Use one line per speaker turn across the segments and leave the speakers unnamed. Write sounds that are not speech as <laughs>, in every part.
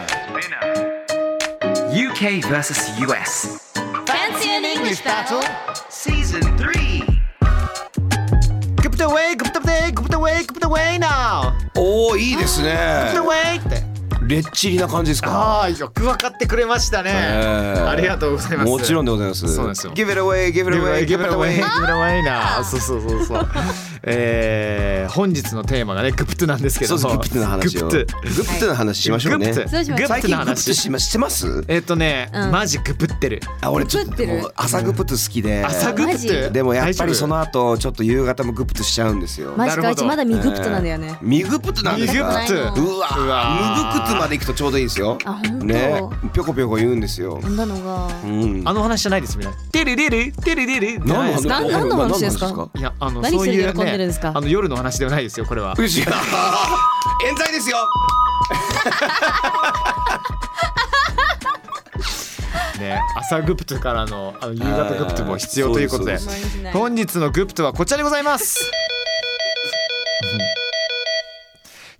Spinner.
UK versus US.
Fancy an English battle?
Season 3.
Group the way, group the way, group the way, group the way now.
おおいいですね
The way って。
レッチリな感じですか
ああ、よくわかってくれましたね。ありがとうございます。
もちろん
で
でございます
そうですよ
Give it away, give it away, give it away
な <laughs> そうそうそうそう。えー、本日のテーマがねグプトなんですけ
そ
ど
うそうグプテの話を
グプ
グ
ト
プテの話しましょうね
グプト
そうしましょ
グプ
う
最
トの
近グプテ
話
しましてます
えっとね、
うん
マジグプってる
あ俺ちょっ
グプ
と
テる
もう朝グプテ好きで
朝グプ
マ
ト
ジ
でもやっぱりそ
大
の後ちょっと夕方もグプテしちゃうんですよ
マジ
なる
かう
ほど
ちまだ未グプトなんだよね、
ミグプテなんです
ミグ
か
プテ
うわ
うわ
ミグプテまで行くとちょうどいいですよ
あ本当
ねぴょこぴょこ言うんですよ
こんなのが
うん
丈夫あの話じゃないですみんなテレレレテレレレじゃないですか
な何の話ですか
いやあの
何
そうい
する
う
喜んでるん
ね
ですか
あの夜の話ではないですよこれ
<laughs>
は
藤が <laughs> 冤罪ですよ
ね朝グプトからのあの夕方グプトも必
は
要
い
ということで
そうで
本日のグプトはこちらでございます
<laughs>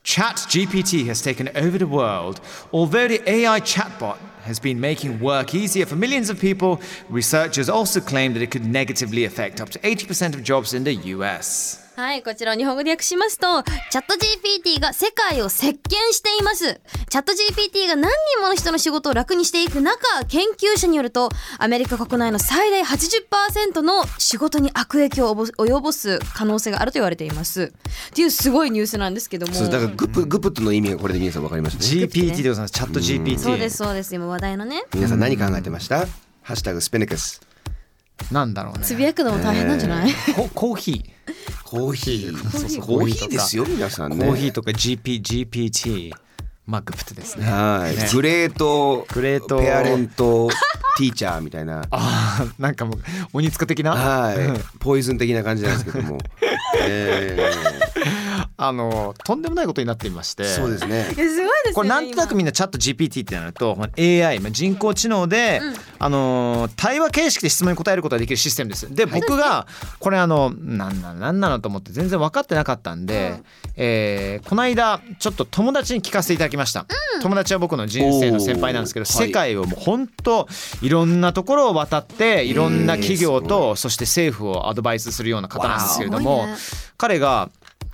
ChatGPT has taken over the world. Although the AI chatbot has been making work easier for millions of people, researchers also claim that it could negatively affect up to 80% of jobs in the US.
はい、こちらを日本語で訳しますと、チャット GPT が世界を席巻しています。チャット GPT が何人もの人の仕事を楽にしていく中、研究者によると、アメリカ国内の最大80%の仕事に悪影響を及ぼす可能性があると言われています。っていうすごいニュースなんですけども。
そうだからグプグプットの意味がこれで皆さんわかりましたね
GPT でございます。チャット GPT。
そうです、そうです。今話題のね。
皆さん何考えてましたハッシュタグスペネクス
なんだろうね。
つぶやくのも大変なんじゃない、
ココーヒー。
コーヒー
そうそう
コーヒーですよ皆さんね
コーヒーとか GP、GPT、マグプテですね。
はい、グレート
グレート
ペアレントティーチャーみたいな
ああ、なんかもう鬼塚的な、
はいポイズン的な感じなんですけど <laughs> も、え
あのとんでもないことになっていまして。
ー、そうですね
<laughs> いや、すごいですよね。
これなんとなくみんなチャット GPT ってなると、まあ、AI、まあ、人工知能で、あのー対話形式で質問に答えることができるシステムです。で僕がこれあのなんなのなんなのと思って全然分かってなかったんで、えーこの間ちょっと友達に聞かせていただきました、友達は僕の人生の先輩なんですけど
おーはい
世界をもう本当いろんなところを渡っていろんな企業と、そして政府をアドバイスするような方なんですけれど
わ
も
あすごいね
彼が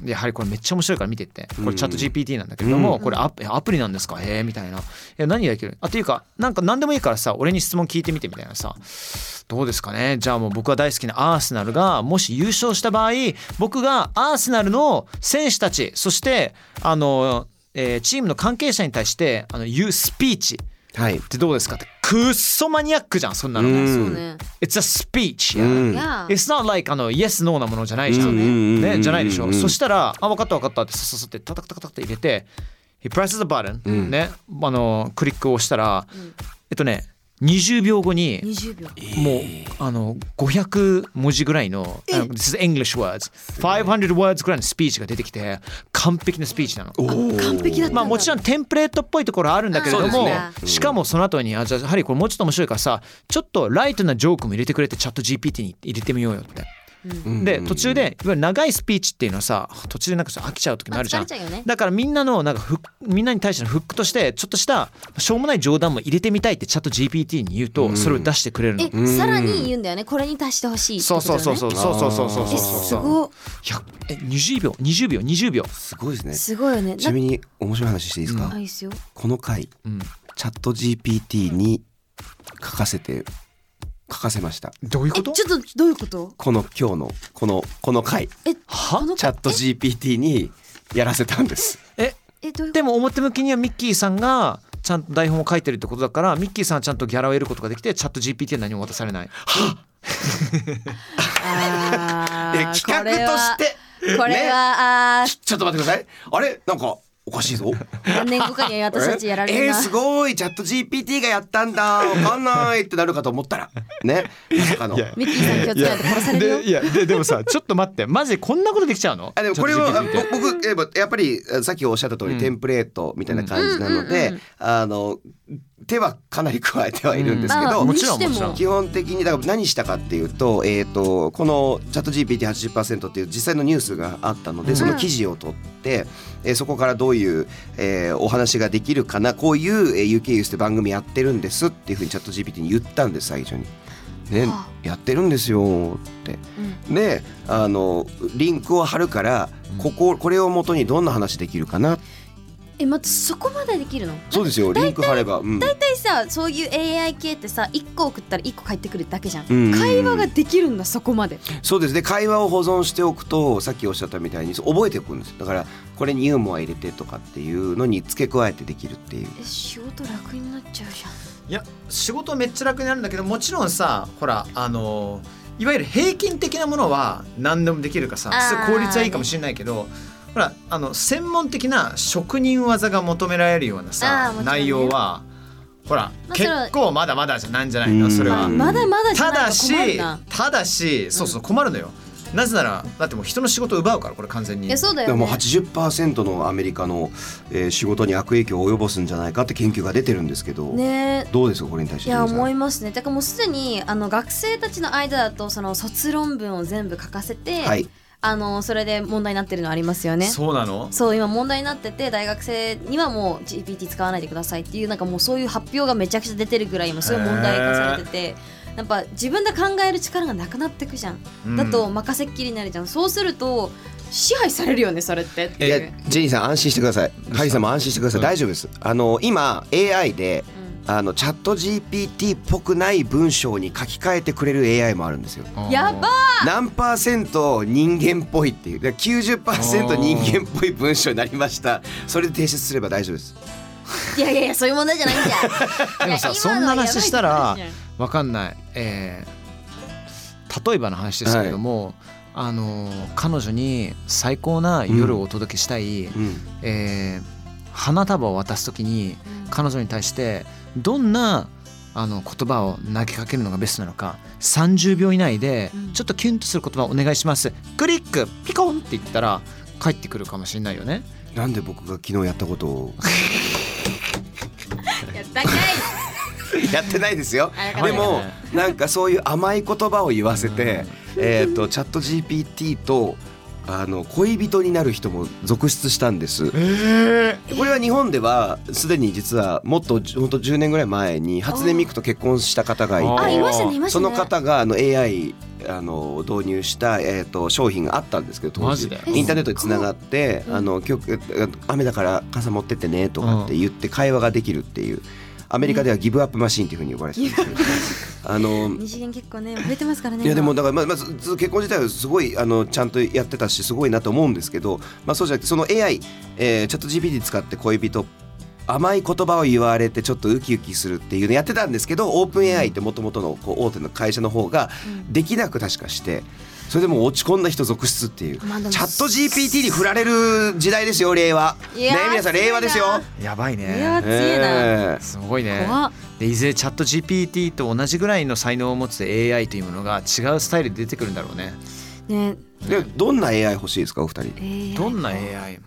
やはりこれめっちゃ面白いから見てってこれチャット GPT なんだけれども、これアプアプリなんですかへえみたいな「いや何ができる?」あっていうかなんか何でもいいからさ俺に質問聞いてみてみたいなさどうですかねじゃあもう僕は大好きなアーセナルがもし優勝した場合僕がアーセナルの選手たちそしてあの、えーチームの関係者に対してあの言うスピーチっ
はい
てどうですかってくっそマニアックじゃんそんなの。
うん
そうね。
It's a speech、
うん
いや、
It's not like あの Yes, No なものじゃないじゃ
うん
ん。
うんうんうん
ね、じゃないでし
う
ょ。
ん
そしたら、あ、分かった分かったって、さささって、タタタタタって入れて、He presses the button、ね、あの、クリックをしたら、えっとね、20秒後に、
20秒。
もうあの500文字ぐらいのあの This is English words 500 words ぐらいのスピーチが出てきて完璧なスピーチなの。
完璧だったんだ。
まあもちろんテンプレートっぽいところはあるんだけれど
そう
も、
ですね
しかもその後にあじゃあやはりこれもうちょっと面白いからさちょっとライトなジョークも入れてくれてチャット GPT に入れてみようよって。で途中でいわゆる長いスピーチっていうのはさ途中でなんかちょっと飽きちゃう時もあるじゃん
まあ疲れちゃうよね
だからみんなのなんかフックみんなに対してのフックとしてちょっとしたしょうもない冗談も入れてみたいってチャット GPT に言うとそれを出してくれるの、
え、さらに言うんだよね。これに足してほしいって
そ
こ
う
とだ
そ
よ
う
ね。
そうそうそうそうそうそうそうそう
えすご
100
い
え20秒20秒20秒
すごいですね
すごいよね。
ちなみに面白い話していいですか、
あ、いいっすよ。
この回、
ん
チャット GPT に書かせて書かせました
どういうこ
え、
と
ちょっとどういうこと？
この今日のこのこの回
え、
は
この
チャット GPT にやらせたんです
え
えどういうこ
でも表向きにはミッキーさんがちゃんと台本を書いてるってことだからミッキーさんはちゃんとギャラを得ることができてチャット GPT は何も渡されない
と？あ
い
ー
や企画として
これはこれ
ね
はあー
ちょっと待ってくださいあれなんかおかしいぞ。
何年後かには私たちやられ
え
る
えー
な
すごいチャット GPT がやったんだわかんないってなるかと思ったらねまさかの
いや
ミッキーさん気をつけないと殺されるよ
<laughs> でいやででもさちょっと待ってマジでこんなことできちゃうの
あでもこれは
ChatGPT って
ぼ僕えばやっぱりえさっきおっしゃった通り、
うん
テンプレートみたいな感じなの
うん
で
うんうんうん
あの手はかなり加えてはいるんですけど、
うん
もちろんもちろん
あ
基本的にだから何したかっていうと,、えー、とこのチャット GPT80% っていう実際のニュースがあったので、
うん
その記事を取って、えーそこからどういう、えーお話ができるかなこういう、えー UK ユースって番組やってるんですっていうふうにチャット GPT に言ったんです最初に。ね
は、
やってるんですよって。であのリンクを貼るから
うん
こここれを元にどんな話できるかな、
えまずそこまでできるの
そうですよリンク貼れば。うん
大体さそういう AI 系ってさ1個送ったら1個返ってくるだけじゃん、
うん
会話ができるんだそこまで
そうですね会話を保存しておくとさっきおっしゃったみたいにそう覚えておくんですだからこれにユーモア入れてとかっていうのに付け加えてできるっていう
え仕事楽になっちゃうじゃ
いや仕事めっちゃ楽になるんだけどもちろんさほらあのいわゆる平均的なものは何でもできるからさ
あー
すごい効率はいいかもしれないけどほらあの専門的な職人技が求められるような
あー
さ、
もちろんね
内容はほら
まあそれ
結
は
構まだまだじゃなんじゃないのそれは
うん
まあまだまだじゃ
た
な
だ
いと困る
し
な
ただしそうそう困るのよ、なぜならだってもう人の仕事を奪うからこれ完全に
いやそう
だ
だよ、
か
ね、
らもう80%のアメリカの、えー仕事に悪影響を及ぼすんじゃないかって研究が出てるんですけど、
ね
どうですかこれに対して
いや
ジェニーさん
思いますねだからもうすでにあの学生たちの間だとその卒論文を全部書かせて、
はい
あのそれで問題になってるのありますよね
そうなの
そう今問題になってて大学生にはもう GPT 使わないでくださいっていうなんかもうそういう発表がめちゃくちゃ出てるぐらい今すごい問題化されててやっぱ自分で考える力がなくなってくじゃん、
うん
だと任せっきりになるじゃんそうすると支配されるよねそれってって
い
いう
やジェニーさん安心してください
した
ハリーさんも安心してください、
うん
大丈夫ですあの今 AI であのチャット GPT っぽくない文章に書き換えてくれる AI もあるんですよ
うんやばー
何パーセント人間っぽいっていうだから90%人間っぽい文章になりましたそれで提出すれば大丈夫です
いやいやいやそういう問題じゃないんだ
<laughs> でもさ
いや
そんな話したら
今のはやばいって話じ
わかんない、えー例えばの話ですけれども、あのー彼女に最高な夜をお届けしたい、
うん
えー花束を渡す時に
ゃんうん
彼女に対してどんなあの言葉を投げかけるのがベストなのか30秒以内で
うん
ちょっとキュンとする言葉をお願いしますクリックピコンって言ったら帰ってくるかもしれないよね
なんで僕が昨日やったこと <laughs> を
いや高い
やってないですよ
あ
で
甘い
も
よね
なんかそういう甘い言葉を言わせて、えっ、とチャット GPT とあの恋人になる人も続出したんです。これは日本ではすでに実はもっと本当10年ぐらい前に初音ミクと結婚した方がい
あ
あい
て
ましたねいました
そ
ね
の方があの AI あの導入した、えー、と商品があったんですけど当
マ
時
ジで
インターネットにつながって「
うん
あの今日え雨だから傘持ってってね」とかって言って会話ができるっていうアメリカではギブアップマシーンっていうふうに呼ばれてたんですけどあの
二次元結構ね増えてますからね
いやでもだ
今
からまあまあずずっと結婚自体はすごいあのちゃんとやってたしすごいなと思うんですけど、まあ、そうじゃなくてその AI、えー、チャット GPT 使って恋人甘い言葉を言われてちょっとウキウキするっていうのやってたんですけどオープン AI ってもともとのこう大手の会社の方が
うん
できなく確かしてそれでもう落ち込んだ人続出っていう。
まあでも
チャット GPT に振られる時代ですよ令和
い
ね
やー
皆さん令和ですよ
強い
やばいね
いや強いな
え
すごいね
怖っ
でいずれチャット GPT と同じぐらいの才能を持つ AI というものが違うスタイルで出てくるんだろうね。
ね
えでどんな AI 欲しいですかお二人
AI
どんな
AI
AI?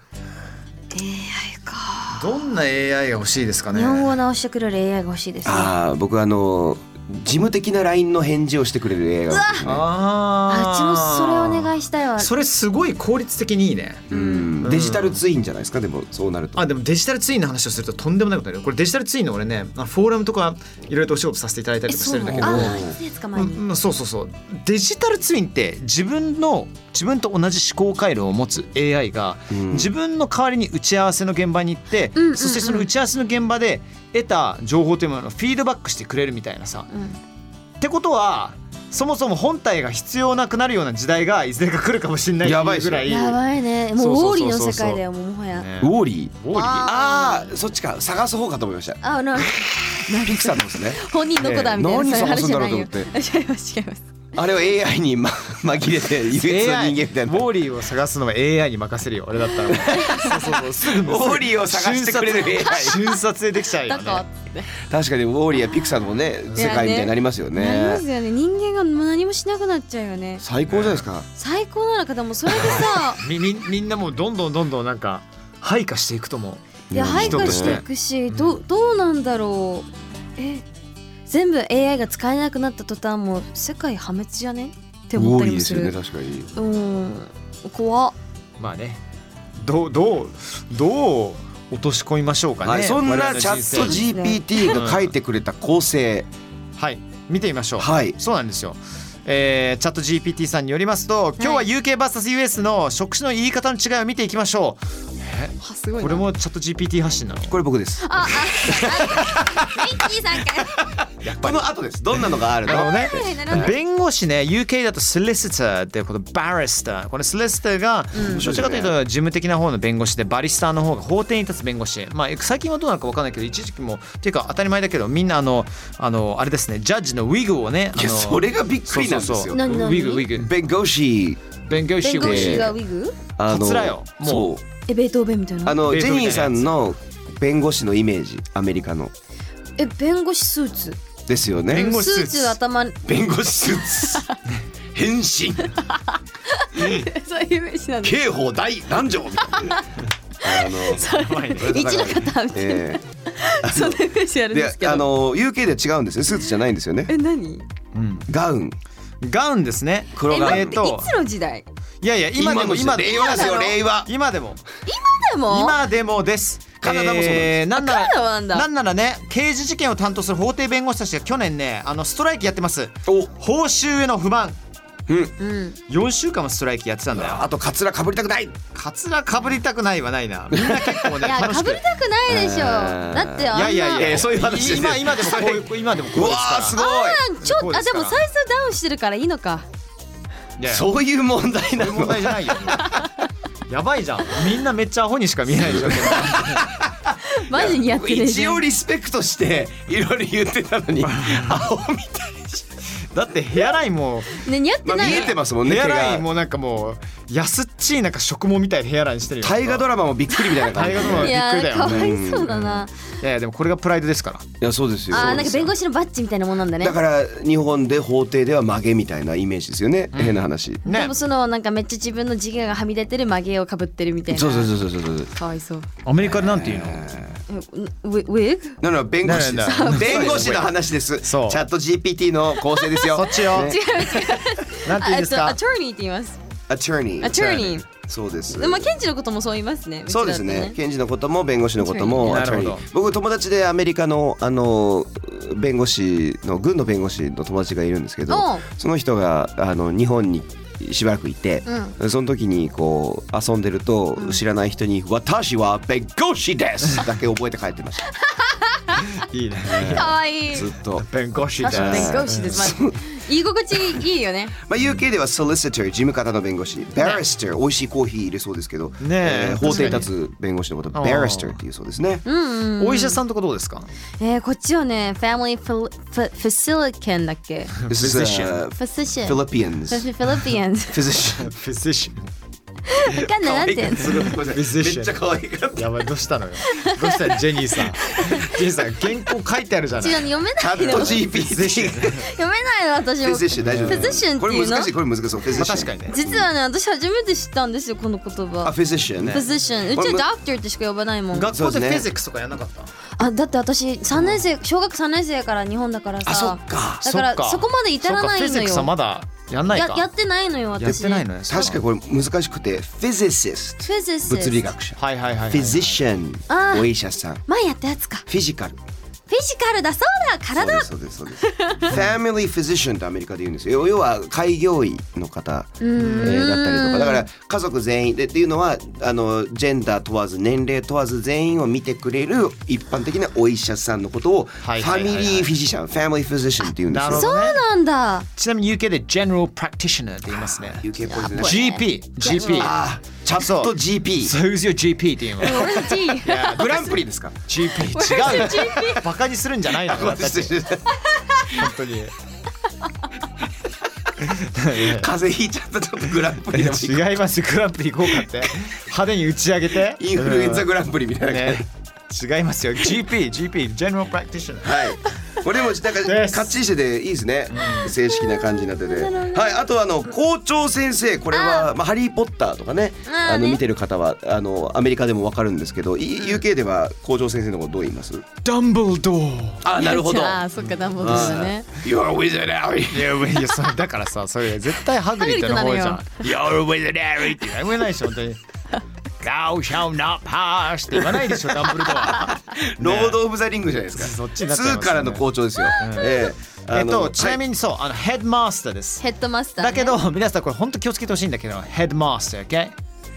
か
どんな AI が欲しいですかね
日本語を直してくれる AI が欲しいですね
ああ僕あの事務的な LINE の返事をしてくれる AI が欲しいですね
あ
あうちもそれお願
い
いしたいわ
それすごい効率的にいいね。
うんデジタルツインじゃないですかでもそうなると
あでもデジタルツインの話をするととんでもないことになるこれデジタルツインの俺ねあフォーラムとかいろいろとお仕事させていただいたり
え
とかして
そう
るん
な
だ
の
けど。
ああいつですか前
うん
に
うんそうそうそうデジタルツインって自分の自分と同じ思考回路を持つ AI が、
うん
自分の代わりに打ち合わせの現場に行って、
うんうんうん
そしてその打ち合わせの現場で得た情報というものをフィードバックしてくれるみたいなさ。
うん
ってことはそもそも本体が必要なくなるような時代がいずれか来るかもしれない
やばいっ
って
す
う
よ
ぐらい。
やばいねも
そうう
ウォ
そ
ー
う
リ
そう
ーの
そう
世界だよもうもはや
ね
ウォーリー
ウォーリー
ああそっちか探す方かと思いました
あな
<laughs> ピクサーのですね
本人の子だみたいな
ねえ
そういう話じゃないよ
何探すんだろうと
違います違います
あれを AI に、ま、紛れ <laughs> て唯一の人間
AI
みたい
ウ
な
ォーリーを探すのは AI に任せるよ俺だったらも
<laughs>
うそうそうそうすぐ
ウォーリーを探してくれる AI
瞬殺でできちゃうよ
だ
ね
か
確かにウォーリーやピクサーのね世界みたいになりますよね
なりますよね人間が何もしなくなっちゃうよね
最高じゃないですか、
最高なのかでもそれでさ
みみみんなもうどんどんどんどんなんか配下していくと思う
いや配
人
下
と
し
してて
いくしどうどうなんだろうえ全部 AI が使えなくなった途端もう世界破滅じゃねって思っ
ウォ
た
ーリ
り
ー
も
ですすよね
る
確かに
うん怖っ
まあねどうどうどう落とし込みましょうかね、
はい、そん
我々
なチ
の人
ャ
生
ット GPT が書いてくれた構成、
はい見てみましょう
はい
そうなんですよえー、チャット GPT さんによりますと今日は UKVSUS の職種の言い方の違いを見ていきましょ
あすご
うこれもチャット GPT 発信なの
これ僕です
あああミッキーさんかよ
この後ですどんなのがある
あ
の
のね
はいなるほど
弁護士ね UK だと solicitor ってこの barrister この solicitor が
うん
どちらかというと事務的な方の弁護士でバリスターの方が法廷に立つ弁護士まあ最近はどうなのかわかんないけど一時期もっていうか当たり前だけどみんなあのあのあれですねジャッジのウィグをねあ
いや
の
それがびっく
そう
りな
そ
ん
う
です
そ
よ
うウ
何々
ィグウィグ
弁護士
弁護士
弁
ウ
護
ィ
士
グ
がウィグ
あ
カ
の
ツラよも
そう
えベートーベンみたいな
あの
ベー
ジ
ト
ェ
みたいな
ニーさん
やつ
の弁護士のイメージアメリカの
え弁護士スーツ
ですよね
弁護士スーツ
スーツ頭に
弁護士スー <laughs> ツ変身
そういうイメージなんだ
刑法第何条みたいなあの
一の方みたいな、
え
そんなイメージある
え
んですけ
で
ど
あの UK では違うんですねスーツじゃないんですよね
え何
うん
ガウン
ガウンですね
黒
え
ガウ
待
ン
え
って
っ
い
と
つの時代
いやいや今でも
今の
今
時代
で
令和ですよ
今だろ
令和
今でも
でも
今でもです。
カナダもそうなんです
えーなんな
カナダもな
ら
んだ
なんならね刑事事件を担当する法廷弁護士たちが去年ねあのストライキやってます。
お
報酬への不満。
うん
4週間もストライキやってたんだよ。
あとカツラかぶりたくない
カツラかぶりたくないはないな。みんな結構
<laughs>
ね
いや
楽
か
し
ぶ
く。
りたくないでしょ
あー
だってあん
いや
な
いやい
えー
や
そういう話ですね
今今でもこういうこう今でもこう
う
で
わ
すから
ーすごい
あちょっと
こう
あ
です
で
から
もサイズダウンしてるからいいのか
いやいやそう
そういう問題な
いう
の
問題じゃないよ。 <laughs> やばいじゃん。みんなめっちゃアホにしか見えないでしょ。
マジにやってねえじ
一
ゃん
応リスペクトしていろいろ言ってた
<laughs>
のに青みたい
だってヘアラインも
ね似合って
まあ
ない
見えてますもんね
ヘア
毛
ライ
が
ンもなんかもう安っちいなんか植毛みたいなヘアラインしてるよ。
大河ドラマもびっくりみたいな感じ
大河ドラマ
い
びっ
や
くりだ
ーか
よね。
わいそうだな、
いやいやでもこれがプライドですから。
いやそうですよ
あーなんか弁護士のバッジみたいなもんなんだね
だから日本で法廷では曲げみたいなイメージですよね、変な話
ね。
でもそのなんかめっちゃ自分の自我がはみ出てる曲げをかぶってるみたいな
そうそうそうそうそうそう
かわいそう
アメリカでなんて言うの、
えウィウィッグ
なの弁護士で
なるほど
す弁護士の話ですチ
そう
ャット GPT の構成ですよ
そっちよ、
ね
なんて言うんです
あ
か
と attorney って言います
アチューニ
ア
ー
チューニ
そうです
ーまあ検事のこともそう言いますね
そうですね
うちだと
検事のことも弁護士のことも
なるほ
attorney
ど
僕友達でアメリカのあの弁護士の軍の弁護士の友達がいるんですけど
おう
その人があの日本にしばらくいて、その時にこう遊んでると、知らない人に「私は弁護士
<laughs>
です!」だけ覚えて帰ってました
いいね
かわいい
ずっと。
弁護士で
確
す
かに弁護
<laughs>
士です、まあ、言い心地いいよね
まあ、UK では solicitor 事務方の弁護士 barrister、美味しいコーヒー入れそうですけど、
え
えー法廷に立つ弁護士のこと
確かに
barrister っていうそうですね
お医者さんとかどうですか
えー、こっちはね、Family Phil- Ph- Physician だっけ
<laughs> This is、uh,
Physician。
Philippians
私 Physicians。
physician
<laughs> フィシシ
わかんない、なんて。
めっちゃ可愛かっ
やばいどうしたのよどうしたのジェ
<laughs>
ニーさんジェニーさん原稿書いてあるじゃな
違
いう
の、読め
た。
な
チ
い
ャット
の。読
GPT。
めないの、私
<laughs>
も。
physician 大丈夫。
Physician って
こ
いう
れ
の
難しい、これ難しそう。
ま
physician
あ確かにね
実はね、私初めて知ったんですよ、この言
あ、
葉。
physician ね。
Physician。う
こ
ち
れむ
は Doctor ってしか呼ばないもん。
学
そうで
校
す
でフ
ね
ィジックスとかやんなかった
あ、だって私、三年生、小学3年生から日本だからさ。
あ、そっか。
だから、
っ
そこまで至らない
そっかフィジ
の
ックスは
よ。
まだやんない
や
か
やってないのよ、私。
やってないのよ
確かにこれ難しくて、physicist。
Physicist
物理学者。
はいはいはいはい
physician
あ。ー
お医者さん。フ
前やったやつか。
ィジカル。
フィジカルだそうだ、体
そうです、そうです、そうです。family physician ってアメリカで言うんですよ。要は開業医の方、えーだったりとか。だから家族全員でっていうのは、あの、ジェンダー問わず、年齢問わず全員を見てくれる一般的なお医者さんのことを、フ
はいは
ァ
い
ミ
はいはい
リーフィジシャン、ファミリーフィジシャンって言うんです
な
よ
るほ。
そう
どね
なんだ。
ちなみに UK で General Practitioner って言いますね
UK ポイズン
GP GP
あーチャット GP
So who's your GP って言い
<laughs>
ます
G。
グランプリですか
GP 違うよバカにするんじゃないのよ私本当に
風邪ひいちゃったちょっとグランプリでも行こ
違いますグランプリ行こうかって派手に打ち上げて
うインフルエンザグランプリみたいな感じ、
ね違いますよ GP GP General Practitioner
はい。これでもなんか
です
カッチリしてていいですね。正式な感じになってて。はい。あとあの校長先生これはまあハリーポッターとかね、
あー
あの
ね
見てる方はあのアメリカでもわかるんですけど、い UK では校長先生のことどう言います？
ダンブルドー
あ、なるほど。
ああ、そっか、ダンボでしたね。
You're with it, Harry.
いやいやそれだからさそれ絶対ハグリッドの方じゃん
ハ
「You're with Larry」って言わないでしょ本当に「Thou shall not pass」って言わないでしょダンブルドア
ロードオブザリングじゃないです
そっ
か。
ちに
ツ
なっちゃいます
ー
ね
からの校長ですよ。ええ
え
あ
っ
の
とちなみにそうあのヘッドマスターです
ヘッドマスター、ね、
だけど皆さんこれ本当気をつけてほしいんだけどヘッドマスター OK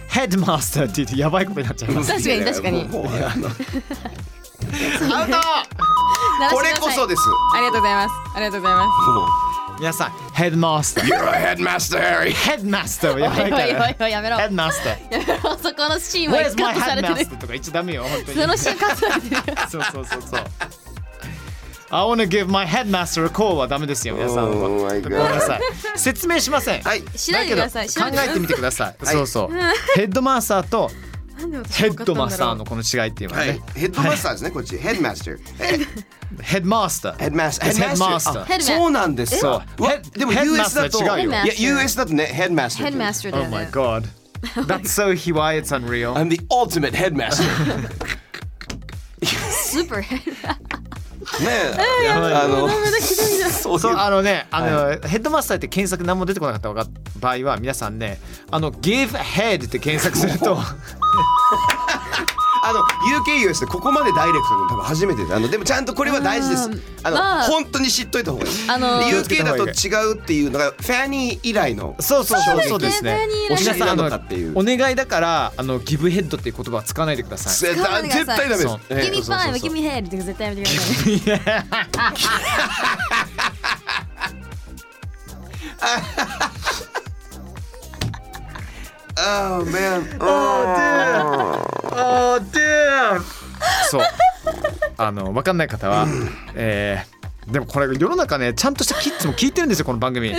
ヘッドマスターって言ってやばいことになっちゃいます
確かに確かに
もうもうあの
アウト
これこそです。
ありがとうございます。ありがとうございま
もう
皆さんヘッドマスター
You're a headmaster, Harry.
ヘッドマスターは <laughs> やばい
す。おいお
から
いおい、やめろ。
ヘッドマスター
そこのシーンは
Where's
カ
my
ットされ
headmaster
てる
とか言っちゃダメよ本当に
そのシーンカットされてる
そうそうそうそう。I wanna give my headmaster a call はダメですよ、皆さん。
Oh
ご
my God
めんなさい。説明しません。
はい。
しないでください
け
し
ど
ない
考
でください
えてみてください。そうそう。ヘッドマスターとヘッドマスターのこの違いっていうのは
は
ね
い。、ヘッドマスターですね、こっち。ヘッドマスター。
ヘッドマスタ
ヘッ
ー。
ドマスター。
It's headmaster
あそうなんです
そう
よ。うわ
Head-
でも
headmaster
US だと、い
違
うよ
や US だとね、ヘッドマスタ
ヘ
ー。
ッドマスターだ
Oh
よ
my
ね
god. That's so h why it's unreal.
I'm the ultimate headmaster.
<laughs>
スーパーヘッド
ねえ、あの、 <laughs> そう
そう
あ
あのねあの、ヘッドマスターって検索何も出てこなかったわか場合は皆さんねあの give head って検索すると
の UKUS でここまでダイレクトなの多分初めてです。あのでもちゃんとこれは大事です。あの、
まあ
本当に知っといた方がいい。
あの
で UK だと違うっていうのがフェアニー以来の。
そうそうそうそうですね
お
皆
尻
さん
な
あ
の
の
かっていう。
お願いだからあのギブヘッドっていう言葉は使わないでください。
絶対絶対ダメです
そう。
ええそ
Give me
うそうそう
five, give me head って絶対やめてください
ああ、man. Oh,
<laughs> そう。あのわかんない方は、えー、でもこれ世の中ねちゃんとしたキッズも聞いてるんですよこの番組。ダ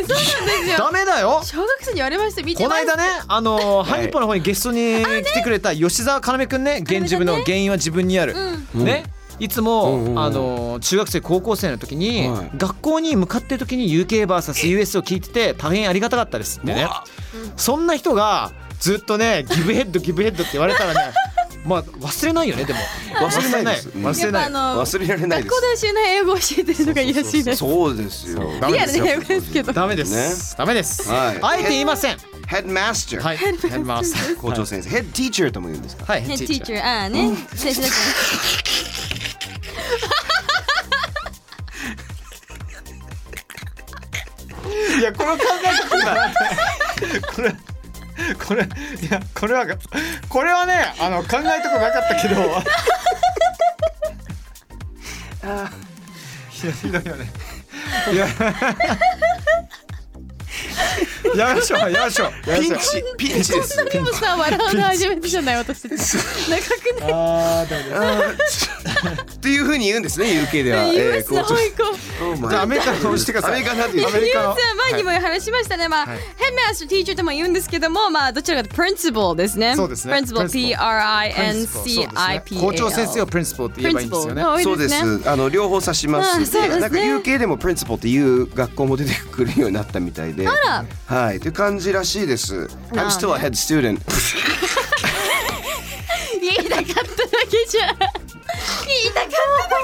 メだよ。
小学生に言われました。見て
こ
ま
の <laughs>
す。
間ね、あのー、ハリポの方にゲストに来てくれた吉沢要くんね、現自分の原因は自分にある。ね。いつも、
うんうんうん
あのー中学生高校生の時に、
はい
学校に向かってる時に UKVSUS を聞いてて大変ありがたかったですってねそんな人がずっとねギブヘッドギブヘッドって言われたらね <laughs> まあ忘れないよねでも
忘れないですうん
忘れ
やっぱ
な
あ
い
の、
忘れられないで。
学校で教えない英語を教えてるのがいらしいですす。
そうですよ。
ダメ
リア
で
ル
す
な
よ
英語ですけど。
ダメです、
ね
ダメです、
はい
あえて言いません
ヘッドマスター。
はいヘッドマスター
校長先生、ヘッドティーチャーとも言うんですか。
はいヘ
ヘ
ッ
ッ
ド
ド
ティー
ティー
チ
チ
ャー
ャーああね先
<laughs>
生だから
いやこの考え方これこれいやこれはこれはねあの考えたことなかったけどいやひどいよねいややめましょうやめましょうやめま
ピ
し
ン
ょう
チ、ピンチです。
でもさ、笑うの初めてじゃない、私たち。長くない。
あーダメ
<laughs>
だ
っていう風に言うんですね、UK では。えー
US の方行こう。
Oh my
じゃあアメリカの方にしてください
アメリカの方に言うん
ア
です
メリカ
さ
の
あ前にも話しましたね、まあ、ヘッマースティーチャーとも言うんですけども、まあ、どちらかというと principal ですね。
そうですね
principal P R I N C I P A L。
校長先生をプリンスポーって言えばいいんですよね
principal が多い
そうで
ね
す。あの両方指します。
あそうですね
なんか UK でもプリンスポっていう学校も出てくるようになったみたいで。はい。という感じらしいです。I'm still a head student.
言いたかっただけじゃん。言いたかった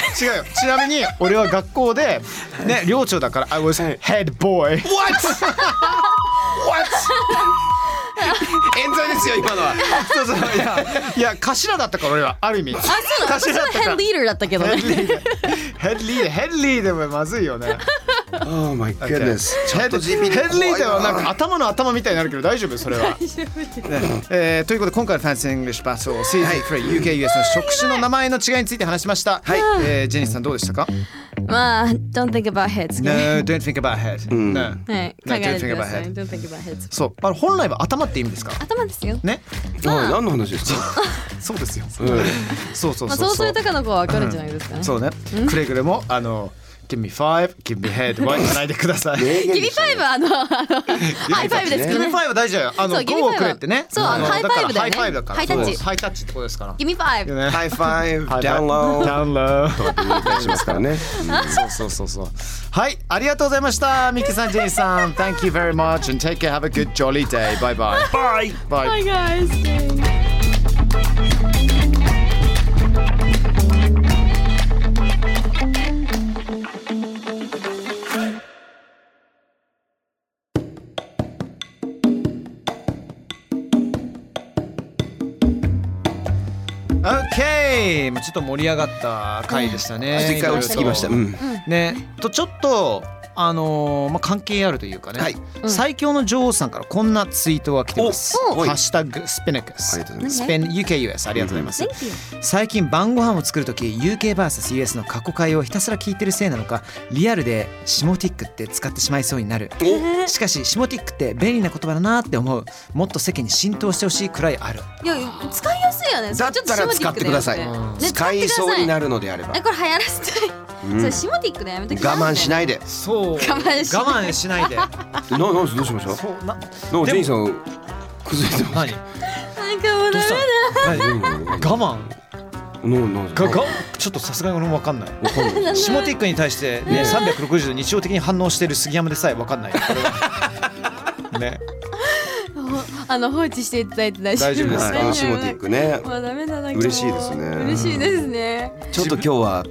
だ
違うよちなみに俺は学校でね寮長だから I was head boy
What? What? 冤罪ですよ今のは。
そうそういやいや頭だったから俺はある意味あ
そうなの私
頭だ
は
ったか
ヘッ
ら
ドリーダーだったけどね
ヘッリーヘッリーヘッリーでもまずいよね
Oh my goodness. チ
ヘ
ャッ
ッ
ト GPT
ヘッリーではなんか
怖い
頭の頭みたいになるけど大丈夫それは、ねえーということで今回の「ファンシー・イングリッシュ・バスを Season3UKUS の職種の名前の違いについて話しました、はいえージェニーさんどうでしたか
まあ don't think about heads
No, don't think about head、No.
はい、考
No,
えて
don't think
くだ
about
さい。
head
Don't think about heads.
そうあの本来は頭って意味ですか
頭ですよ
ね
おい何の話ですか。
そうですよ、
うん
そうそう
ま
そ
あ、
う
そう
そ
うそういうとかの子はわかるんじゃないですかね。
そうねくれぐれもあの Give me five, give me head は言わないでください。
名言
ギビ
で
フ
した
ァ
ね
イブはあの、あの、ハイファイブですけ
ギ
ど
ミ
ね
フ。ァイブは大事だよ。あ
そ
の
うギ
5
ミファイ
を
ブ
くれってね。
そう
あの
ハイファイブだよね
からハイファイブだから。
ハイタッチ
そうハイタッチってことですから。
ギミファイブ。
ね
ハイファイブ、ダウンロード
ダウンロード。
お願いしますからね。
そうそうそうそう。はい、ありがとうございました。ミキさん、ジェニーさん、Thank you very much and take care. Have a good jolly day. Bye bye. Bye. Bye. OK! まあちょっと盛り上がった回でしたね。
ちょっと一回落ち着きました。うん。
ね、とちょっとあのーまあ関係あるというかね、
はい
最強の女王さんからこんなツイートが来てます。
おお
ハッシュタグスペネクス
ありがとうございま。
スペン UKUS ありがとうございます。最近晩ご飯を作るとき UKVSUS の過去回をひたすら聞いてるせいなのかリアルでシモティックって使ってしまいそうになる。しかしシモティックって便利な言葉だなって思う。もっと世間に浸透してほしいくらいある。
いや、使いやすいよね。
だったら使ってください。
ね
使いそうになるのであれば
え、これ流行らせたい、
うん
そ
我
れシモティックでやめとき
慢しないで。
そう。我
慢し
慢しないで。
な、なんですどうしました。
そう
な
な。
んかジェニーさん崩れてます。
何？
なんかもう
どう
な
した？何
うんうんうんな
我慢
なん
ががちょっとさすがに俺も分かんない
わかんない
シモティックに対してね360度日常的に反応してる杉山でさえ分かんないこれはね
<laughs> あの、放置していただいて大丈夫
大丈夫で
は
す
い、あのシモティックね。
もうダメだな。今日
嬉しいですね
嬉しいですね。
ちょっと今日は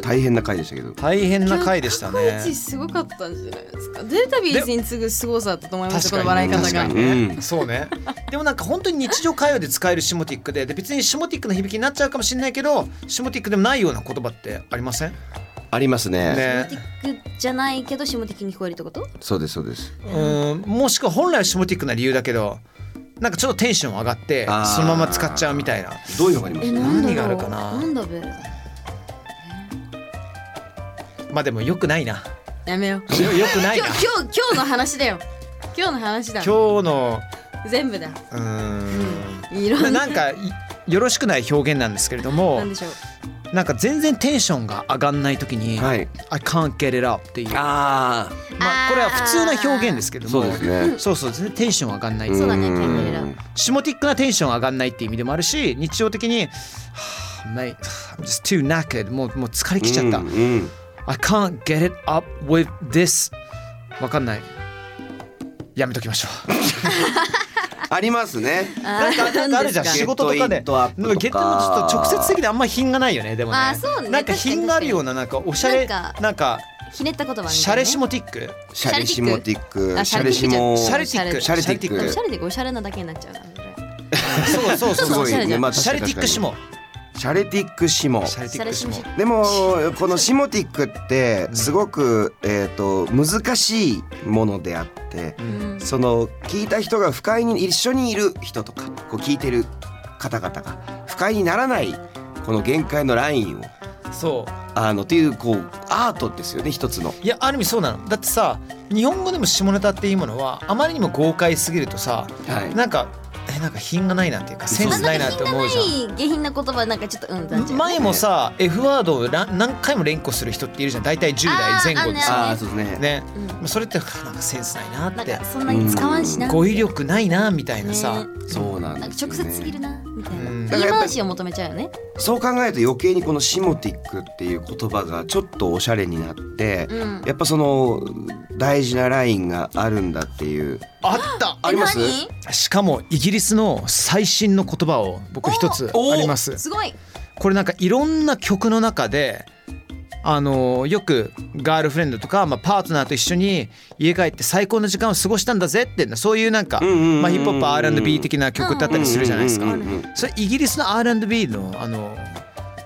大変な回でしたけど。
大変な回でした
放
ね
置すごかったんじゃないですか。デルタビーズに次ぐすごさだったと思います。
確
こ
か
の
に
笑い方
確か
が
に。ね、そうねでもなんか本当に日常会話で使えるシモティックでで別にシモティックの響きになっちゃうかもしれないけどシモティックでもないような言葉ってありません
ありますね。
ね
シモティックじゃないけどシモティックに聞こえるってこと
そうですそうです。
うんもしくは本来シモティックな理由だけどなんかちょっとテンション上がって
あー
そのまま使っちゃうみたいな
どういうのがあります。
何があるかな
なんだべ
まあでもよくないな
やめよう。
よよくない
今
な
日、今日、今日の話だよ。今日の話だ。
今日の
全部だ。
うー
いろ
ん
んな。
なんかいよろしくない表現なんですけれども
なんでしょう。
なんか全然テンションが上がんない時に「
はい。
I can't get it up」っていうま
あ
あこれは普通な表現ですけれ
あ、
ど
そ
も
うですね。
そうそう全然テンション上がんない、
そうだね
ん
キャンベルラ
シモティックなテンション上がんないっていう意味でもあるし日常的に <sighs> 「Mate, I'm just too knackered もうもう疲れきちゃった、
うんうん。
I can't get it up with this」わかんないやめときましょう
ありますね。
なんかなんかあるじゃん
ですか
仕事とか
ゲットイ
で
ンとアップとか
ゲットもちょっと直接的であんま品がないよねでもね
あーそうね
なんか品があるようななんかおしゃれ
なんか
なんか
ひねった言葉みたいな、ね、
シャレシモティック
シャレシモティック、
あ
シ
シ
ャ
ャ
レ
レ
シ
シモ
モ。
シャレティック
シャレティック
でもおしゃれでおしゃれなだけになっちゃうな
そうそうそう
すごい
シャレじ
ね。
ゃん
まあ
シャレティックシ。モ
確かに確かにシャレティックシモ。
シャレティックシモ
シャレ
でもこのシモティックってすごく、えー、と難しいものであって、
ん
その聞いた人が不快に一緒にいる人とかこう聞いてる方々が不快にならないこの限界のラインを
そう
あのっていうこうアートですよね一つの。
いやある意味そうなのだってさ日本語でも下ネタっていうものはあまりにも豪快すぎるとさ
はい
なんかえなんか品がないなっていうかセンスないなって思うじゃん
品がない下品な言葉なんかちょっとうんなんちゃう
前もさ F ワードをら何回も連呼する人っているじゃん大体10代前後でさ
ああそうですね。
ね、まあそれってなんかセンスないな
な
っ
ん
て
かそんなに使わんしな
語彙力ないなみたいなさ、
ね
そうなん
なん
で
か
すよ
直
ね
接すぎるなみたいな、
うん
言い回しを求めちゃうよね
そう考えると余計にこのシモティックっていう言葉がちょっとおしゃれになって、
うん
やっぱその大事なラインがあるんだっていう
あった
あります
何
しかもイギリスの最新の言葉を僕一つ
おお
あります
すごい
これなんかいろんな曲の中であのよくガールフレンドとか、まあ、パートナーと一緒に家帰って最高の時間を過ごしたんだぜってそういうなんか、
うんうんうんうん
まあ、ヒップホップ R&B 的な曲だったりするじゃないですか、
うんうんうんうん
それイギリスの R&B のあの、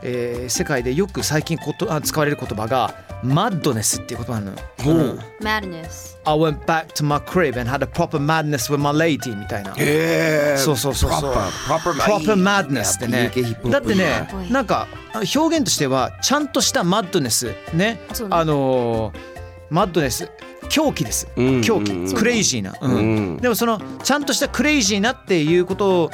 えー世界でよく最近ことあ使われる言葉がマッドネスっていう言葉なのよ
ほう
マルネス
I went back to my crib and had a proper madness with my lady みたいな。
へえ
そうそうそうそう。
proper
proper madness ってね
PK ヒップホップ。
だってね
い、い
なんか表現としてはちゃんとしたマッドネスね
そう。ね
あのーマッドネス狂気です
うんうんうん。
狂
そう
気
ね
クレイジーな。う
うんん
でもそのちゃんとしたクレイジーなっていうこと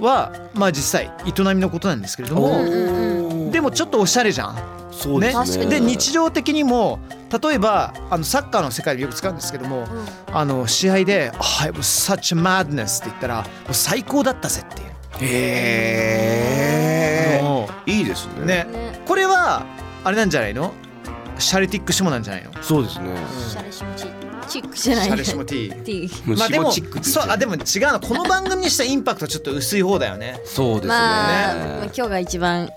はまあ実際営みのことなんですけれども、でもちょっとおしゃれじゃん。
そう
ね
ですね
で日常的にも例えばあのサッカーの世界でよく使うんですけども、あの試合で「oh, it was such a madness」って言ったらもう最高だったぜっていう。
へ
も
えいいです
う
ね
ね、これはあれなんじゃないのシャレティックシモなんじゃないの
そうですね
シャレシモチチックじゃない
シャレシモティー
ティー
もう
まあで
シモ
も
チックって言っち
そ
ゃ
う
う
あでも違うのこの番組にしたインパクトちょっと薄い方だよね
そうですね、
まあ、まあ今日が一番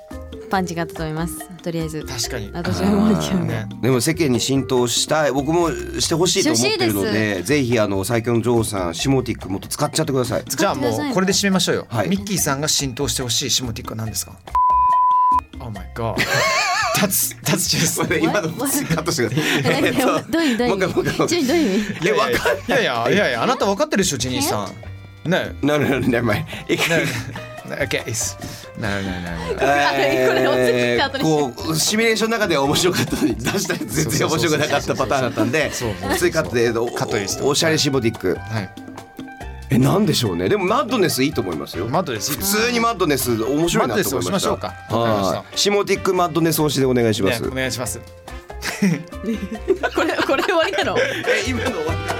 パンチがあったと思いますとりあえず
確かに
私は思うけどね
ね
でも世間に浸透したい僕もしてほしいと思ってるの
してほしい
でぜひあの最強の女王さんシモティックもっと使っちゃってください
じゃあもうこれで締めましょうよ、
はい
ミッキーさんが浸透してほしいシモティックは何ですか <laughs> Oh my god 脱脱中です
今のカットしてくださいえっと
どういうどういう意味
もう一回もう一回もう一回
ちなみにどういう意味
いやわかんないいやいやいやいやあなたわかってるでしょジニーさんね
No, no, no, never mind.
ね OK it's なるなるなる
えーこうシミュレーションの中では面白かったのに出したら全然面白くなかったパターンだったんで
<laughs> そうそうそうそう
普通にカットで
カットです
おおおしゃれシモティック
はい
えなんでしょうねでもマッドネスいいと思いますよ
マッドです
普通にマッドネス面白いなと思いました
マッドネス押しましょうかわかりました
はいシモティックマッドネス推しでお願いします、
ねお願いします
これこれ終わりなの
え今の終わった